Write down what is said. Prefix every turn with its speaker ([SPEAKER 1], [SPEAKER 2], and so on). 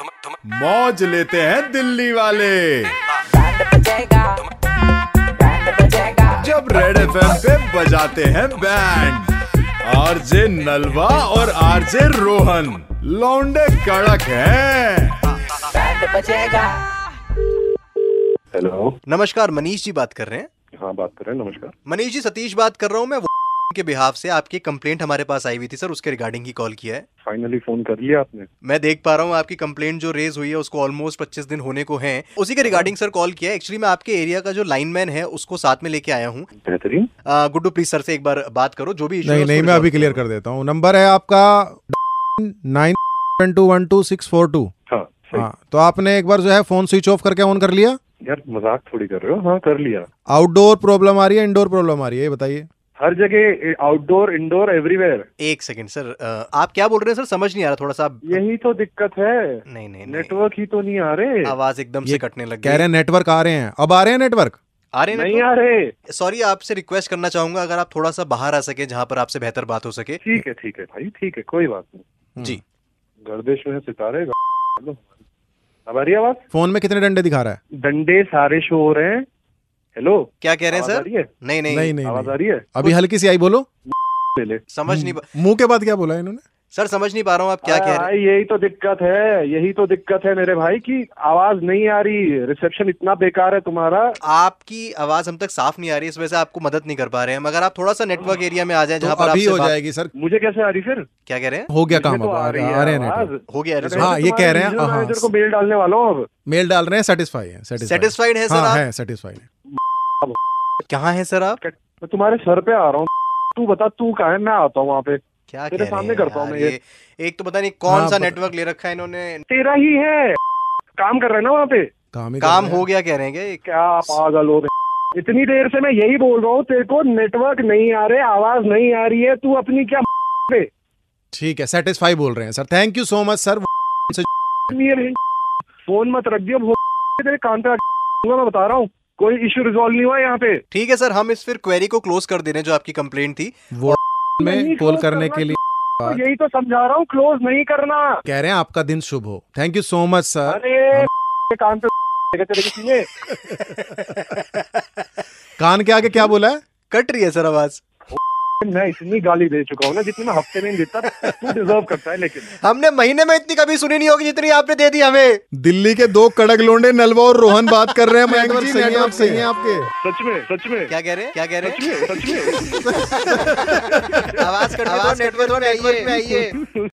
[SPEAKER 1] मौज लेते हैं दिल्ली वाले
[SPEAKER 2] बैंड बजेगा बैंड बजेगा
[SPEAKER 1] जब रेड एफ पे बजाते हैं बैंड आरजे नलवा और आरजे रोहन लौंडे कड़क हैं
[SPEAKER 2] बैंड बजेगा
[SPEAKER 3] हेलो
[SPEAKER 4] नमस्कार मनीष जी बात कर रहे हैं
[SPEAKER 3] हाँ बात कर रहे हैं नमस्कार
[SPEAKER 4] मनीष जी सतीश बात कर रहा हूँ मैं वो के बिहाफ से आपकी कंप्लेंट हमारे पास आई हुई थी सर उसके रिगार्डिंग ही कॉल किया है
[SPEAKER 3] फाइनली फोन कर लिया आपने
[SPEAKER 4] मैं देख पा रहा हूँ आपकी कंप्लेंट जो रेज हुई है उसको ऑलमोस्ट 25 दिन होने को हैं उसी के रिगार्डिंग सर कॉल किया है एक्चुअली मैं आपके एरिया का जो लाइनमैन है उसको साथ में लेके आया हूँ
[SPEAKER 3] बेहतरीन
[SPEAKER 4] अ, गुड्डू प्लीज सर से एक बार बात करो जो भी issue है
[SPEAKER 5] नहीं
[SPEAKER 4] उसको
[SPEAKER 5] नहीं मैं अभी
[SPEAKER 4] resolve
[SPEAKER 5] क्लियर कर देता हूँ नंबर है आपका nine one two one two six four two
[SPEAKER 3] हाँ सही
[SPEAKER 5] हाँ तो आपने एक बार जो है फोन स्विच ऑफ करके ऑन कर लिया
[SPEAKER 3] यार मजाक थोड़ी कर रहे हो हाँ कर लिया
[SPEAKER 5] आउटडोर प्रॉब्लम आ रही है इंडोर प्रॉब्लम आ रही है ये बताइए
[SPEAKER 3] हर जगह आउटडोर इंडोर एवरीवेयर
[SPEAKER 4] एक सेकंड सर अ, आप क्या बोल रहे हैं सर समझ नहीं आ रहा थोड़ा सा आप-
[SPEAKER 3] यही तो दिक्कत है
[SPEAKER 4] नहीं नहीं नहीं
[SPEAKER 3] नेटवर्क ही तो नहीं आ रहे
[SPEAKER 4] आवाज एकदम से
[SPEAKER 5] ये
[SPEAKER 4] कटने लग
[SPEAKER 5] कह रहे
[SPEAKER 4] गई
[SPEAKER 5] हैं नेटवर्क आ रहे हैं अब आ रहे हैं नेटवर्क
[SPEAKER 4] आ रहे हैं
[SPEAKER 3] नहीं
[SPEAKER 4] network?
[SPEAKER 3] आ तो? रहे
[SPEAKER 4] सॉरी आपसे रिक्वेस्ट करना चाहूंगा अगर आप थोड़ा सा बाहर आ सके जहाँ पर आपसे बेहतर बात हो सके
[SPEAKER 3] ठीक है ठीक है भाई ठीक है कोई बात नहीं
[SPEAKER 4] जी
[SPEAKER 3] गर्देश में है सितारे हेलो अब आ रही है आवाज
[SPEAKER 5] फोन में कितने डंडे दिखा रहा है
[SPEAKER 3] डंडे सारे शो हो रहे हैं हेलो
[SPEAKER 4] क्या कह रहे हैं
[SPEAKER 3] आवाज आ
[SPEAKER 4] सर
[SPEAKER 3] रही है
[SPEAKER 4] नहीं नहीं,
[SPEAKER 5] नहीं नहीं,
[SPEAKER 3] आवाज आ
[SPEAKER 5] नहीं
[SPEAKER 3] रही है
[SPEAKER 5] अभी हल्की सी आई बोलो
[SPEAKER 3] ले ले
[SPEAKER 4] समझ नहीं पा-
[SPEAKER 5] मुंह के बाद क्या बोला इन्होंने
[SPEAKER 4] सर समझ नहीं पा रहा हूँ आप क्या कह रहे हैं
[SPEAKER 3] भाई यही तो दिक्कत है यही तो दिक्कत है मेरे भाई की आवाज नहीं आ रही रिसेप्शन इतना बेकार है तुम्हारा
[SPEAKER 4] आपकी आवाज हम तक साफ नहीं आ रही इस वजह से आपको मदद नहीं कर पा रहे हैं मगर आप थोड़ा सा नेटवर्क एरिया में आ जाए जहाँ
[SPEAKER 5] तो
[SPEAKER 4] पर
[SPEAKER 5] अभी
[SPEAKER 4] आपसे
[SPEAKER 5] हो
[SPEAKER 4] बात-
[SPEAKER 5] जाएगी सर
[SPEAKER 3] मुझे कैसे आ रही फिर
[SPEAKER 4] क्या कह रहे हैं
[SPEAKER 5] हो गया
[SPEAKER 3] मुझे
[SPEAKER 5] काम
[SPEAKER 3] तो
[SPEAKER 5] अब आ रहे हैं आ रहे हैं नेटवर्क
[SPEAKER 4] हो गया
[SPEAKER 3] अरे
[SPEAKER 4] रिजॉल्व
[SPEAKER 5] हाँ, ये
[SPEAKER 3] तुम्हारे
[SPEAKER 5] कह रहे हैं,
[SPEAKER 3] regional
[SPEAKER 5] हाँ,
[SPEAKER 3] manager को
[SPEAKER 5] स-
[SPEAKER 3] मेल डालने वाला हूँ अब
[SPEAKER 5] मेल डाल रहे हैं सेटिस्फाई है satisfy
[SPEAKER 4] सेटिस्फाइड है
[SPEAKER 5] हैं।
[SPEAKER 4] सर
[SPEAKER 5] हाँ
[SPEAKER 4] आप
[SPEAKER 5] है सेटिस्फाइड है
[SPEAKER 4] कहाँ हैं सर आप
[SPEAKER 3] मैं तुम्हारे सर पे आ रहा हूँ तू बता तू कहा है मैं आता हूँ वहाँ पे
[SPEAKER 4] क्या कह
[SPEAKER 3] तेरे
[SPEAKER 4] रहे
[SPEAKER 3] सामने
[SPEAKER 4] हैं
[SPEAKER 3] करता हूँ
[SPEAKER 4] यार
[SPEAKER 3] मैं ये।
[SPEAKER 4] ये? एक तो पता नहीं कौन
[SPEAKER 5] हाँ,
[SPEAKER 4] सा
[SPEAKER 5] पता-
[SPEAKER 4] नेटवर्क ले रखा है इन्होंने
[SPEAKER 3] तेरा ही है काम कर रहे हैं ना वहाँ पे
[SPEAKER 5] काम ही कर
[SPEAKER 4] काम
[SPEAKER 5] रहे
[SPEAKER 4] हो
[SPEAKER 5] हैं।
[SPEAKER 4] गया कह रहे हैं क्या ये?
[SPEAKER 3] क्या पागल हो बे- इतनी देर से मैं यही बोल रहा हूँ तेरे को नेटवर्क नहीं आ रहे आवाज नहीं आ रही है तू अपनी क्या पे
[SPEAKER 5] ठीक है सेटिस्फाई बोल रहे हैं sir thank you so much sir
[SPEAKER 3] ये फोन मत रख दियो वो तेरे कान पे आऊंगा मैं बता रहा हूँ कोई इश्यू रिजॉल्व नहीं हुआ यहाँ पे
[SPEAKER 4] ठीक है सर हम इस फिर क्वेरी को क्लोज कर दे रहे हैं जो आपकी कंप्लेंट थी
[SPEAKER 5] वो में
[SPEAKER 3] नहीं
[SPEAKER 5] कॉल
[SPEAKER 3] close
[SPEAKER 5] करने
[SPEAKER 3] करना
[SPEAKER 5] के लिए हाँ।
[SPEAKER 3] तो यही तो समझा रहा हूँ क्लोज नहीं करना
[SPEAKER 5] कह रहे हैं आपका दिन शुभ हो thank you so much sir
[SPEAKER 3] अरे तेरे कान पे देगा तेरे किसी ने
[SPEAKER 5] कान के आगे क्या बोला है
[SPEAKER 4] कट रही है सर आवाज
[SPEAKER 3] मैं इतनी गाली दे चुका हूँ ना जितनी मैं हफ्ते में नहीं देता तू डिजर्व करता है लेकिन
[SPEAKER 4] हमने महीने में इतनी कभी सुनी नहीं होगी जितनी आपने दे दी हमें
[SPEAKER 5] दिल्ली के दो कड़क लोंडे नलवा और रोहन बात कर रहे हैं नेटवर्क
[SPEAKER 1] जी,
[SPEAKER 5] सही है
[SPEAKER 1] network
[SPEAKER 5] आप हाँ सही है आपके
[SPEAKER 3] सच में सच में
[SPEAKER 4] क्या कह रहे हैं क्या कह रहे हैं
[SPEAKER 3] सच में सच में
[SPEAKER 4] आवाज कर आवाज नेटवर्क में आइए